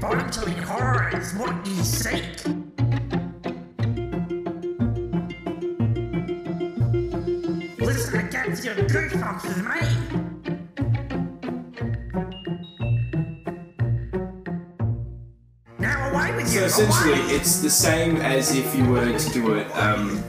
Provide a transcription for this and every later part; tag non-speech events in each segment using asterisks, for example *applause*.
Bodily horror is what you seek. Listen against your goosebumps is me. Now away with you. So essentially, away. it's the same as if you were to do it um,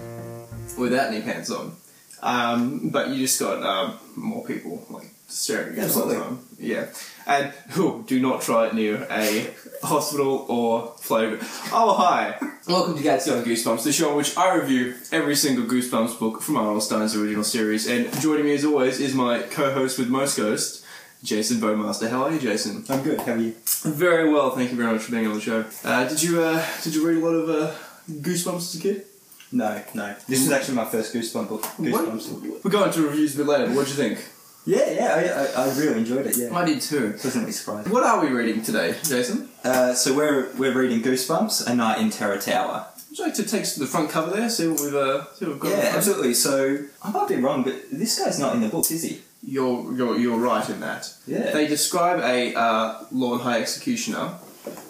without any pants on, um, but you just got um, more people like staring at you Absolutely. all the time. Yeah, and who do not try it near a hospital or flavor. Oh hi, welcome to Gatsby on Goosebumps, the show in which I review every single Goosebumps book from Arnold Stein's original series. And joining me as always is my co-host with most ghosts, Jason Bowmaster. How are you, Jason? I'm good. How are you? Very well, thank you very much for being on the show. Uh, did you uh, did you read a lot of uh, Goosebumps as a kid? No, no. This was actually my first Goosebumps book. Goosebumps book. We're going to reviews a bit later. What do you think? Yeah, yeah. I, I, I really enjoyed it. Yeah. I did too. Doesn't really surprise. me. What are we reading today, Jason? Uh, so we're we're reading Goosebumps: A Night in Terror Tower. Would you like to take us to the front cover there, see what we've uh, see what we've got? Yeah, absolutely. So I might be wrong, but this guy's not in the book, is he? You're, you're you're right in that. Yeah. They describe a uh, law and high executioner,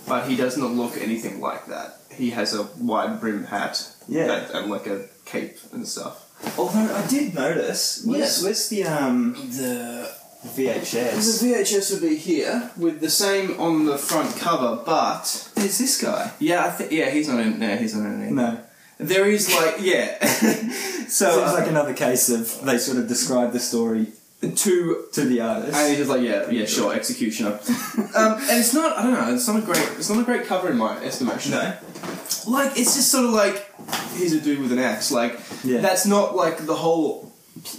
but he does not look anything like that. He has a wide brim hat, Yeah. and, and like a cape and stuff. Although Oh, I did notice. Where's, Yes. where's the um The VHS? The VHS would be here with the same on the front cover, but There's this guy. yeah, I think yeah, he's not in. No, he's not in. it. No. There is like yeah. *laughs* so Seems uh, like another case of they sort of describe the story two, to the artist. and he's just like yeah, yeah, sure, *laughs* executioner. um, and it's not. I don't know. It's not a great. It's not a great cover in my estimation. no. Like it's just sort of like he's a dude with an axe. Like Yeah. that's not like the whole.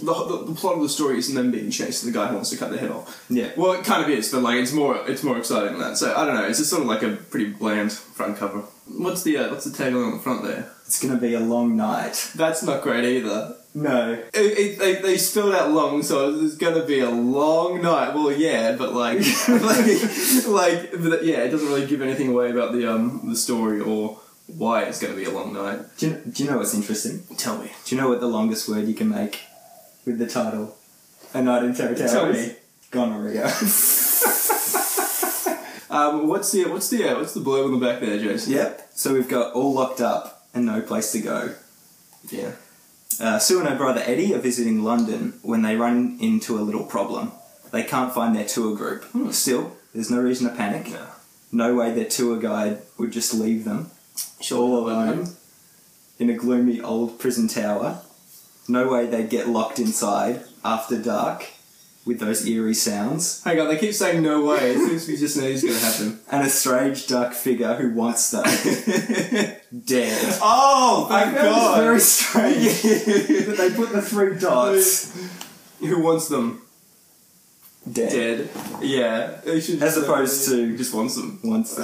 The, the, the plot of the story isn't them being chased. The guy who wants to cut their head off. Yeah. Well, it kind of is, but like it's more it's more exciting than that. So I don't know. It's just sort of like a pretty bland front cover. What's the uh, what's the tagline on the front there? It's gonna be a long night. That's not great either. No. It, it, they, they spelled out long, so it's gonna be a long night. Well, yeah, but like, *laughs* like, like, but yeah, it doesn't really give anything away about the um the story or why it's gonna be a long night. Do you, do you know what's interesting? Tell me. Do you know what the longest word you can make with the title? A Night in Terror Towers? Tell me. Gonorrhea. Um, what's the what's the uh, what's the blurb on the back there, Jason? *laughs* yep. So we've got all locked up and no place to go. Yeah. Uh, Sue and her brother Eddie are visiting London when they run into a little problem. They can't find their tour group. Still, there's no reason to panic. No. No way their tour guide would just leave them all alone in a gloomy old prison tower. No way they'd get locked inside after dark with those eerie sounds. Hang on, they keep saying no way. It seems we just know it's gonna happen. and a strange dark figure who wants *laughs* them *laughs* dead. oh, I found this very strange *laughs* that they put the three dots Who wants them dead, dead? Yeah, they should as just- uh, opposed to just wants them. *laughs* wants them.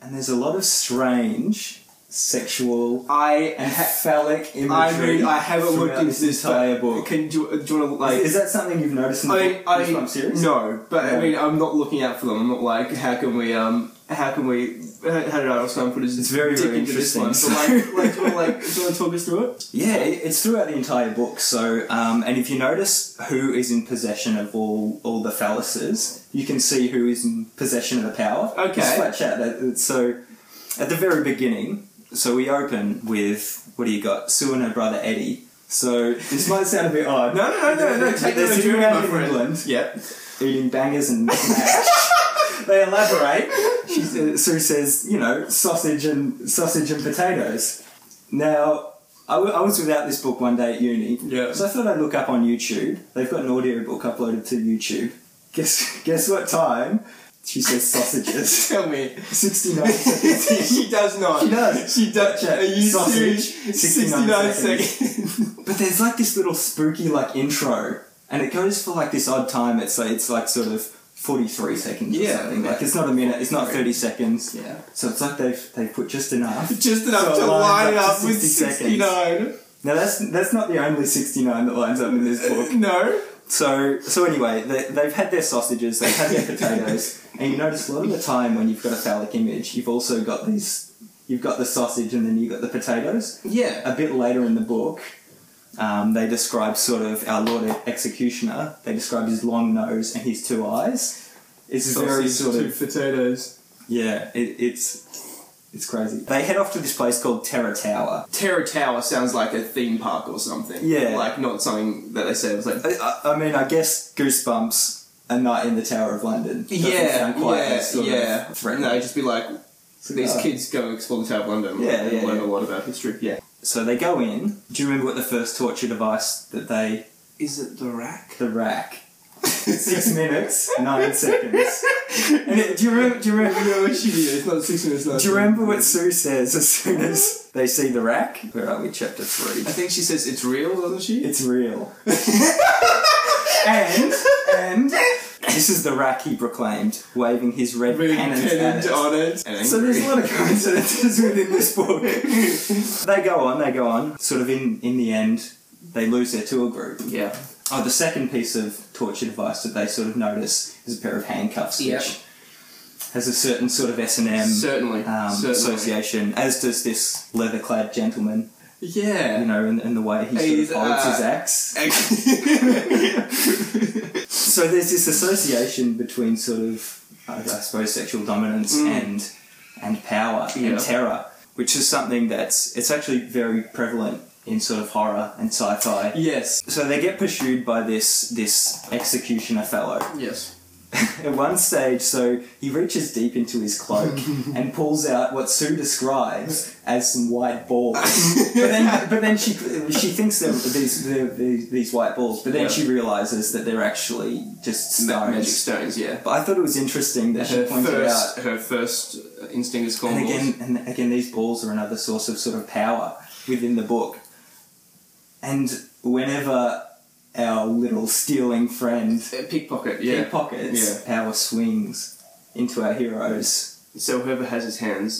And there's a lot of strange sexual I and phallic imagery. I mean, I haven't looked throughout into this entire but book. Can do, you- uh, do you want to like? Is that something you've noticed in the I mean, I mean, Goosebumps series? no, but I No. mean, I'm not looking out for them. I'm not like, how can we, um, how can we, uh, how how did our Oscar footage? It's very, dick very into this one. So interesting. *laughs* like, like, do you want to like, do you want to talk us through it? Yeah, it- it's throughout the entire book. So, um, and if you notice who is in possession of all all the phalluses, you can see who is in possession of the power. Okay. Just flesh out that. So, at the very beginning, so we open with what do you got? Sue and her brother Eddie. So this might sound a bit odd. No, no, no, no, no. Take them They're sitting journey, around my in friend. England. Yep. eating bangers and mash. they elaborate. She says, Sue says, you know, sausage and sausage and potatoes. Now, I, w- I was without this book one day at uni, Yeah. so I thought I'd look up on YouTube. They've got an audio book uploaded to YouTube. Guess *laughs* guess what time? She says sausages. *laughs* Tell me. *laughs* Sixty nine seconds. she does not. She does. She does. Check. Are you Sausage, serious? 69 seconds. *laughs* But there's like this little spooky like intro, and it goes for like this odd time. It's like it's like sort of forty three seconds. Yeah, or something. yeah. like it's not a minute. It's not thirty seconds. Yeah. So it's like they've they put just enough. Just enough So to it line lines up to up with 60 seconds. 69. Now that's that's not the only sixty nine that lines up in this book. No. So so anyway, they, they've had their sausages, they've had their potatoes, and you notice a lot of the time when you've got a phallic image, you've also got these. You've got the sausage, and then you've got the potatoes. Yeah. a bit later in the book, um, they describe sort of our Lord Executioner. They describe his long nose and his two eyes. It's very Sausage, sort two of potatoes. Yeah, it, it's it's crazy. They head off to this place called Terra Tower. Terror Tower sounds like a theme park or something. Yeah. Uh, Like not something that they say. It was like I, I, I mean, I guess Goosebumps, A Night in the Tower of London. Doesn't yeah, sound quite yeah, as sort of yeah. threatening. no, it'd just be like So, these uh, kids go and explore the Tower of London Yeah, and yeah, learn yeah. a lot about history. Yeah. So they go in. Do you remember what the first torture device that they Is it the rack? the rack? *laughs* Six minutes, nine seconds. And it- do you remember? Do you remember? no, it should be. It's not six minutes. Do you remember what Sue says as soon as they see the rack? Where are we? Chapter three. I think she says it's real, doesn't she? It's real. and and this is the rack he proclaimed, waving his red Really pennant at pennant it. on it. And So there's a angry. lot of coincidences within this book. they go on, they go on. Sort of in in the end, they lose their tour group. yeah. Oh, the second piece of torture device that they sort of notice is a pair of handcuffs, Yep. which has a certain sort of S and M certainly. certainly. um, association, as does this leather-clad gentleman. Yeah. You know, and, and the way he sort He's, of holds uh, his axe. Ex- So there's this association between sort of, I I suppose, sexual dominance Mm. and and power Yeah. and terror, which is something that's it's actually very prevalent in sort of horror and sci-fi. *laughs* yes. So they get pursued by this this executioner fellow. Yes. At one stage, so he reaches deep into his *laughs* cloak and pulls out what Sue describes as some white *laughs* balls. but then, but then she she thinks they're these they're, these these white balls. But then Yeah. she realizes that they're actually just Ma- Magic stones, stones. yeah. But I thought it was interesting that she Her pointed first, out. her first uh, instinct is And cornballs. again, and again, these balls are another source of sort of power within the book. And whenever our little stealing friend Uh, pickpocket, yeah. pickpockets, power swings into our heroes So whoever has his hands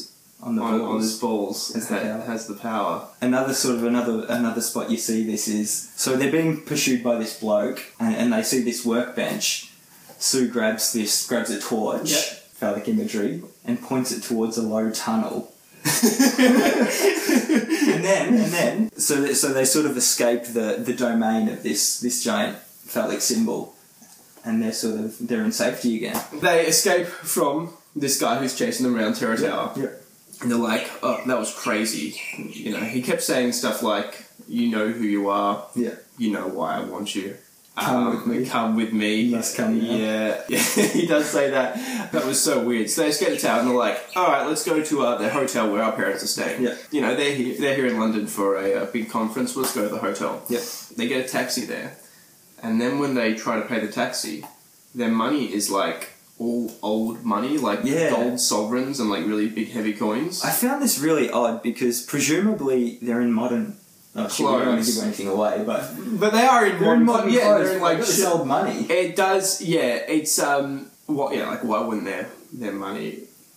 on the on, balls. on his balls Has the ha- power. has the power. another sort of another another spot you see this is so they're being pursued by this bloke and, and they see this workbench sue grabs this grabs a torch Yep. phallic imagery and points it towards a low tunnel *laughs* and then and then so they, so they sort of escape the the domain of this this giant phallic symbol and they're sort of they're in safety again They escape from this guy who's chasing them around Terror Tower. yeah And they're like, oh, that was crazy. You know, he kept saying stuff like, you know who you are, yeah you know why I want you. Come Um, with me. Come with me. You must come now. Yeah. *laughs* yeah, he does say that. That was so weird. So they escape the tower and they're like, all right, let's go to uh, the hotel where our parents are staying. Yeah. You know, they're here, they're here in London for a, uh big conference. Let's go to the hotel. Yep. They get a taxi there. And then when they try to pay the taxi, their money is like all old money, like Yeah. gold sovereigns and like really big heavy coins. I found this really odd because presumably they're in modern. Oh, shit, we don't want to Clothes. give anything away, but *laughs* but they are in they're in modern yeah, clothes. they're in like like got shit- this old money. It does, yeah. It's um, what, yeah, like why wouldn't their their money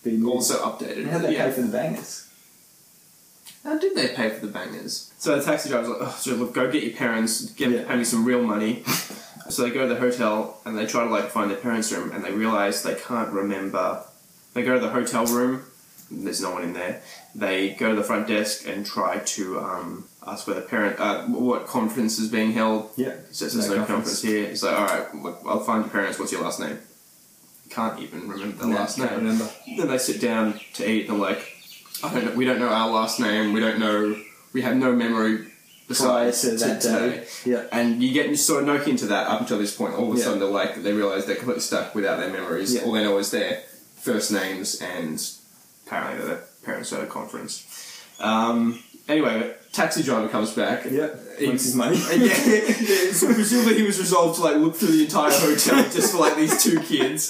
Being used. also And updated? how they yeah. pay for the bangers? How did they pay for the bangers? So the taxi driver's like, oh, so look, go get your parents, get Yeah. pay me some real *laughs* money. so they go to the hotel and they try to like find their parents' room and they realize they can't remember. They go to the hotel room. There's no one in there. They go to the front desk and try to um, ask where the parent, uh, what conference is being held. Yeah. So it says no, No conference. conference. here. It's like, all right, look, I'll find your parents. What's your last name? Can't even remember their No, last can't name. remember. Then they sit down to eat. and They're like, I don't know, we don't know our last name. We don't know. We have no memory Prior besides to that today. day. Yeah. And you get sort of no hint of that up until this point. All of a Yeah. sudden, they're like they realize they're completely stuck without their memories. Yeah. All they know is their first names and apparently their parents at a conference. Um, anyway, taxi driver comes back. Yeah. Wants his money. *laughs* And yeah, yeah, so presumably he was resolved to like look through the entire hotel just for like these two kids.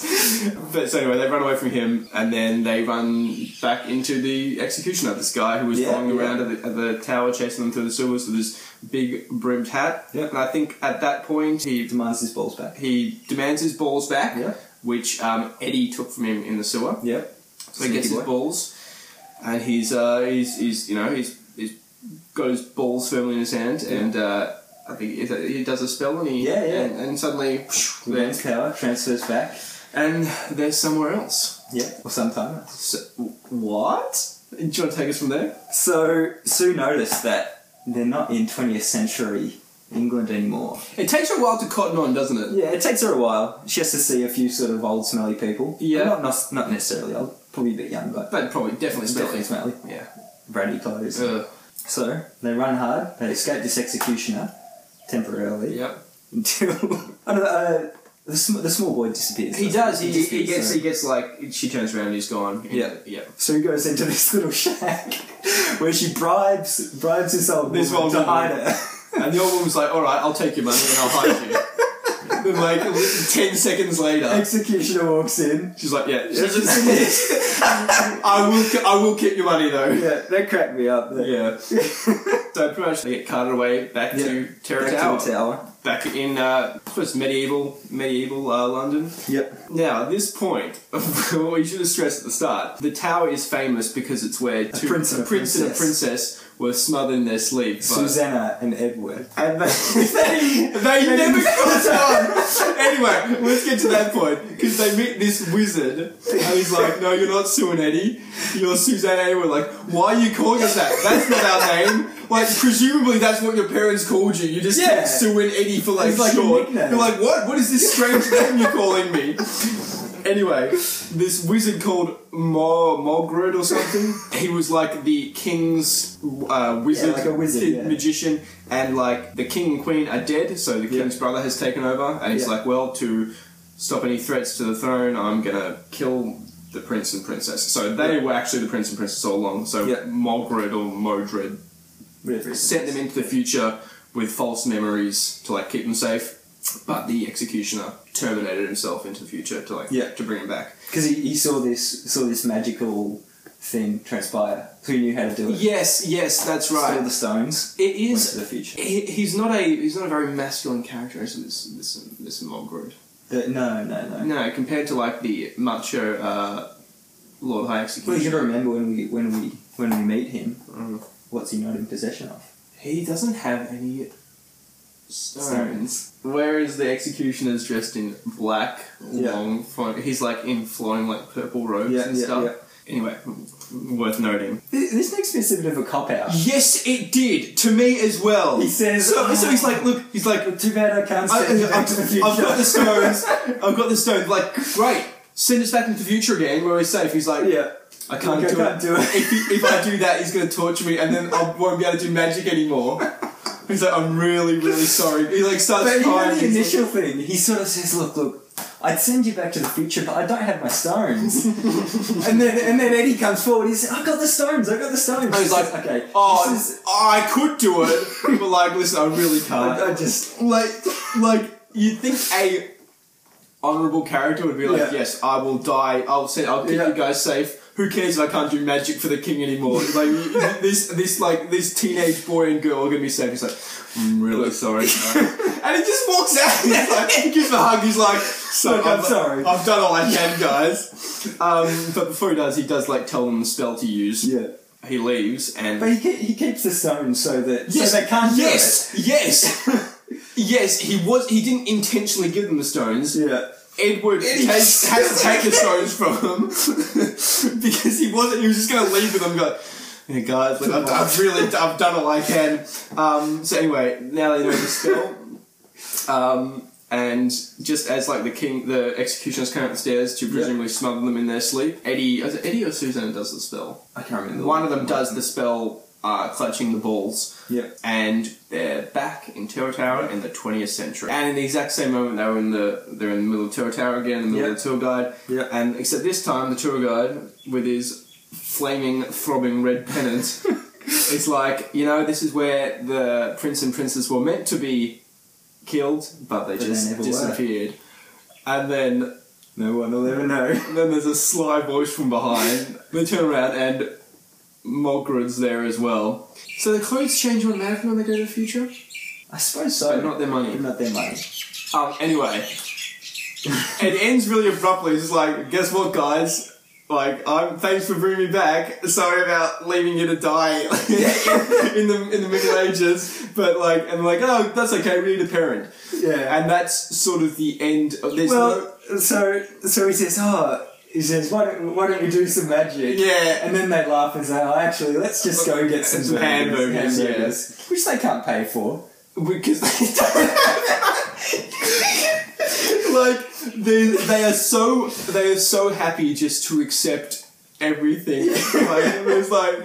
But so anyway, they run away from him and then they run back into the executioner, this guy who was Yeah, following yeah. around at the, at the tower, chasing them through the sewers with his big brimmed hat. Yeah. And I think at that point He he demands his balls back. he demands his balls back, Yeah. which um, Eddie took from him in the sewer. Yeah. So he gets his balls, and he's uh, he's, he's you know he's, he's got his balls firmly in his hand, and uh, I think he, he does a spell, and he Yeah, yeah. and, and suddenly whoosh, there, Regains power, transfers back. and they're somewhere else. Yeah. Or sometime else. So, what? Do you want to take us from there? So Sue noticed that they're not in 20th century England anymore. It takes a while to cotton on, doesn't it? Yeah, it takes her a while. She has to see a few sort of old, smelly people. Yeah. Not, not, not necessarily old. Probably a bit young, but But probably definitely definitely smelly. smelly. Yeah. Brandy clothes. Ugh. So they run hard. They escape this executioner temporarily Yep. until *laughs* I don't know. Uh, the, sm- the small boy disappears. He does. He, he disappears, gets. so- He gets like she turns around and he's gone. Yeah. Yeah. So he goes into this little shack *laughs* where she bribes bribes this old This woman old to woman. hide her. *laughs* And the old woman's like, "All right, I'll take your money and I'll hide *laughs* you." then like ten seconds later, Executioner walks in. she's like, "Yeah, *laughs* *laughs* I will. ke- I will keep your money though." yeah, that cracked me up. That- *laughs* Yeah. so pretty much they get carted away back to Terra Back Tower, to the tower. back in uh, I suppose medieval medieval uh, London. Yep. Now, at this point, *laughs* what we should have stressed at the start, the tower is famous because it's where two, prince and a prince and a princess. princess were smothered in their sleep. But Susanna and Edward. And they, *laughs* they, they never caught on! Anyway, let's get to that point. Because they meet this wizard, and he's like, No, you're not Sue and Eddie. You're Suzanne and Edward. Like, why are you calling us that? That's not our name. Like, presumably that's what your parents called you. You just Yeah. yeah. Sue and Eddie for like, It's like a short. nickname. You're like, What? What is this strange name you're calling me? Anyway, this wizard called Mo- Mogrid or something, he was like the king's uh, wizard, like a wizard, kid yeah. magician, and like the king and queen are dead, so the Yeah. king's brother has taken over, and he's Yeah. like, well, to stop any threats to the throne, I'm gonna kill the prince and princess. So they were actually the prince and princess all along, so Yeah. Mogrid or Modred Whatever. it is. sent them into the future with false memories to like keep them safe. But the executioner terminated himself into the future to like Yeah. to bring him back. Because he, he saw this saw this magical thing transpire. So he knew how to do it. Yes, yes, that's Stole the right. stones. It Went to is. the future. He, he's not a he's not a very masculine character. Is this this this Mogrid? The- no, no, no. No, compared to like the macho uh, Lord High Well, you Executioner, gotta remember when we when we when we meet him, Mm. what's he not in possession of? he doesn't have any stones. Whereas the executioner's dressed in black, Yeah. long flowing, he's like in flowing like purple robes Yeah, and yeah, stuff. yeah. Anyway, worth noting. Th- This next bit's a bit of a cop out. Yes, it did to me as well. He says, so. so he's like, look, he's like, Too bad I can't I, send you back have to the *laughs* future. got the stones. I've got the stones. Like, great. Send us back into the future again where we're safe. He's like, yeah. I can't, Like, I do, can't it. do it. if, he- if I do that, he's going to torture me and then I won't be able to do magic anymore. He's like, I'm really, really sorry. He like starts But crying. even the He's like- initial thing, he sort of says, "Look, look, I'd send you back to the future, but I don't have *laughs* my stones." and then and then Eddie comes forward. He says, "I got the stones. I got the stones." and he's She like, says, "Okay, oh, this is, I could do it, but like, listen, I really can't. I, I just like like you'd think a honorable character would be like Yeah. yes i will die i'll say i'll keep Yeah. you guys safe who cares if i can't do magic for the king *laughs* anymore like you- this this like this teenage boy and girl are gonna be safe he's like i'm really sorry *laughs* and he just walks out *laughs* he's like he gives a hug he's like so Look, I'm I've- sorry. i've done all *laughs* i can guys um, but before he does he does like tell them the spell to use yeah. he leaves and But he, ke- he keeps the stones so that so they can't do yes, *laughs* yes, yes. He was. He didn't intentionally give them the stones. it. Yeah. Edward has, has to take the stones from him *laughs* because he wasn't. He was just going to leave with them. and Go, yeah, guys, like, I've, I've really, I've done all I can. Um, so anyway, now they know the spell. Um, and just as like the king, the executioners come up the stairs to presumably smother them in their sleep. Eddie, is it Eddie or Susanna does the spell. I can't remember. One of them does the spell, uh, clutching the balls Yeah. and they're back in Terror Tower in the 20th century. And in the exact same moment, they were in the they're in the middle of Terror Tower again, in the middle Yeah. of the tour guide. Yeah. And except this time, the tour guide with his flaming, throbbing red *laughs* pennant, it's like you know this is where the prince and princess were meant to be killed, but they But they just never were. disappeared. And then No one will ever know. and then there's a sly voice from behind. they turn around and Mogrid's there as well. So the clothes change automatically when they go to the future? I suppose so. But not their money. But not their money. Um, anyway. it ends really abruptly. It's just like, guess what, guys? Like, I'm thanks for bringing me back. Sorry about leaving you to die *laughs* in the in the Middle Ages, but like, and like, oh, that's okay. We need a parent, Yeah. and that's sort of the end of this. well, so so he says, oh, he says, why don't why don't we do some magic? yeah, And then they laugh and say, oh, actually, let's just go and get some, Some burgers, hamburgers, which they can't pay for. because they don't have like they they are so they are so happy just to accept everything. *laughs* like, it was like,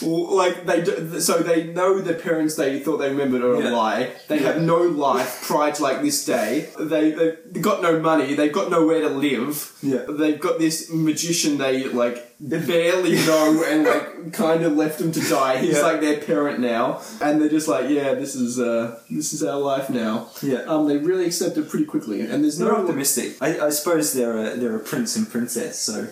w- like they d- so they know the parents they thought they remembered are a Yeah. lie. They have no life prior to like this day. They they've got no money. They've got nowhere to live. Yeah. They've got this magician they like barely know and like kind of left them to die. He's Yeah. like their parent now, and they're just like, yeah, this is uh this is our life now. Yeah. Um, they really accept it pretty quickly, and there's They're no optimistic. I, I suppose they're a, they're a prince and princess, so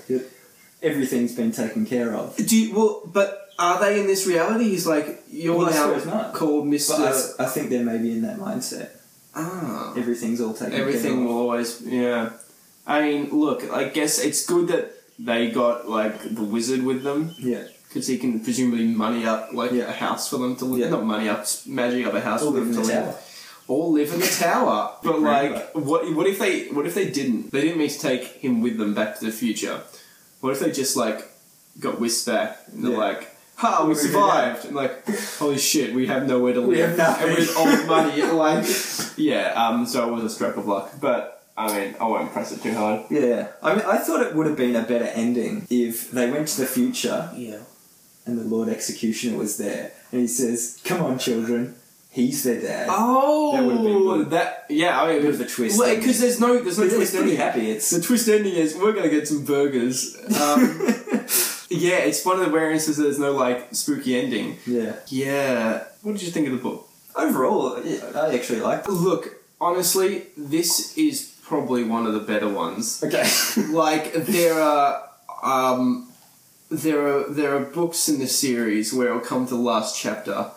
everything's been taken care of. Do you, well, but are they in this reality? Is like you're Well, I suppose now not. called Mister. But I s- I, think they're maybe in that mindset. ah, Everything's all taken everything care of. will always. Yeah, I mean, look, I guess it's good that they got like the wizard with them Yeah. because he can presumably money up like Yeah. a house for them to live. Yeah. Not money up, magic up a house All for live them in to the live. tower. All live in the tower, but Remember. like, what? What if they? What if they didn't? They didn't mean to take him with them back to the future. What if they just like got whisked back and they're Yeah. like, "Ha, we We did survived!" And like, "Holy shit, we have nowhere to live, We have nothing. and with *laughs* old money." like, yeah. Um. So it was a stroke of luck, but I mean, I won't press it too hard. Yeah. I mean, I thought it would have been a better ending if they went to the future Yeah. and the Lord Executioner was there and he says, Come on, children. He's their dad. Oh, That would've been good. that. Yeah, I mean, Bit of a twist ending. Because there's no, there's no But it's twist pretty ending. happy. It's *laughs* um, The twist ending is we're gonna get some burgers. Um, *laughs* yeah, it's one of the rare instances there's no like spooky ending. yeah. Yeah. What did you think of the book? Overall, yeah, I actually liked *laughs* it. Look, honestly, this is probably one of the better ones. Okay. Like *laughs* there are um there are there are books in the series where it'll come to the last chapter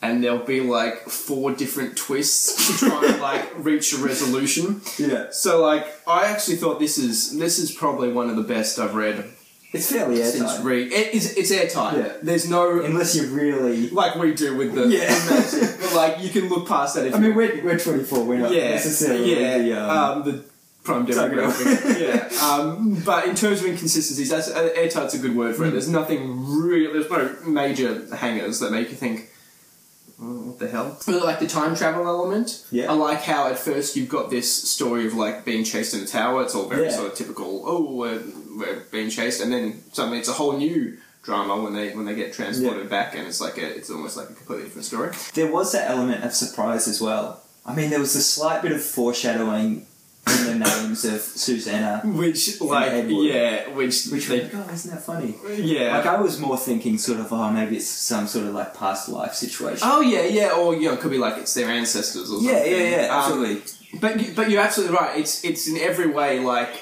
and there'll be like four different twists to try *laughs* and like reach a resolution. yeah. So like I actually thought this is this is probably one of the best I've read It's fairly since airtight. re it is it's airtight. Yeah. There's no Unless you *laughs* really. like we do with the Yeah. the magic, but like you can look past that if I you mean, we're, we're 24, we're not yeah, necessarily yeah, the. Um, um, the prime target *laughs* demographic. *laughs* yeah, um, but in terms of inconsistencies, that's uh, airtight's a good word Hmm. for it. There's nothing real. There's no major hangers that make you think. "Oh, What the hell? I really like the time travel element. Yeah. I like how at first you've got this story of like being chased in a tower. It's all very Yeah. sort of typical. Oh, we're, we're being chased, and then suddenly it's a whole new drama when they when they get transported back, and it's like a it's almost like a completely different story. There was that element of surprise as well. I mean, there was a slight bit of foreshadowing in the names of Susanna, Which And like Edward. yeah, which which they was, oh, isn't that funny? Yeah. Like, I was more thinking sort of, oh, maybe it's some sort of like past life situation. oh yeah, yeah, or you know, it could be like it's their ancestors or yeah, something. yeah, yeah, Um, absolutely. but you, but you're absolutely right. It's it's in every way like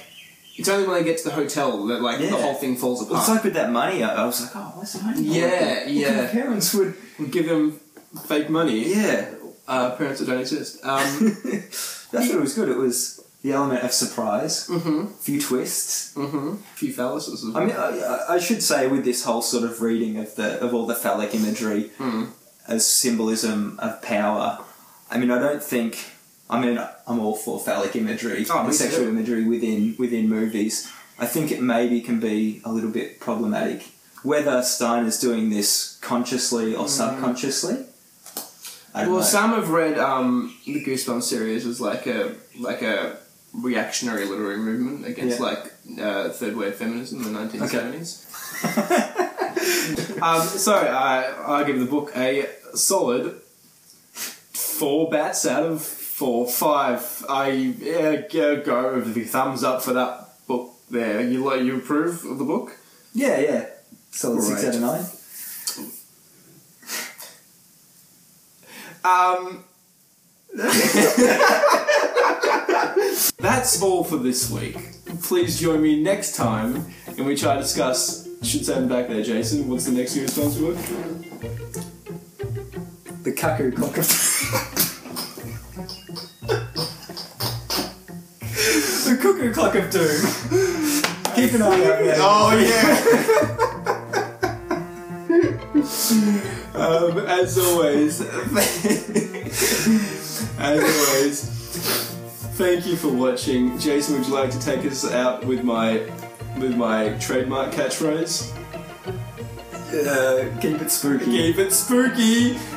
it's only when they get to the hotel that like Yeah. the whole thing falls Well, apart. it's like with that money, I, I was like, oh, where's the money? going? Yeah, Well, yeah. My *laughs* parents would. We give them fake money. Yeah. *laughs* Uh, parents that don't exist. Um, That's what it was good. It was the element of surprise, mhm, few twists. mhm. Few fallacies. as I well. mean, I, I- I should say with this whole sort of reading of the of all the phallic imagery Mm. as symbolism of power. I mean, I don't think. I mean, I'm all for phallic imagery Oh, me and sexual too. imagery within within movies. I think it maybe can be a little bit problematic. Whether Stein is doing this consciously or subconsciously, I don't Hmm. well, know. some have read um, the Goosebumps series as like a like a reactionary literary movement against Yeah. like uh, third wave feminism in the nineteen seventies. um, so I I give the book a solid four bats out of four five. I yeah, go go with the thumbs up for that book. There, you like you approve of the book? yeah, yeah, solid six Right. out of nine. Um, that's all for this week. Please join me next time in which I discuss. Should stand back there, Jason. What's the next news sponsor book? The cuckoo *laughs* cockapoo. the cuckoo clock of doom. Keep an eye out *laughs* there. Oh yeah. um, as always, *laughs* as always, thank you for watching. Jason, would you like to take us out with my with my trademark catchphrase? Uh, keep it spooky. Keep it spooky.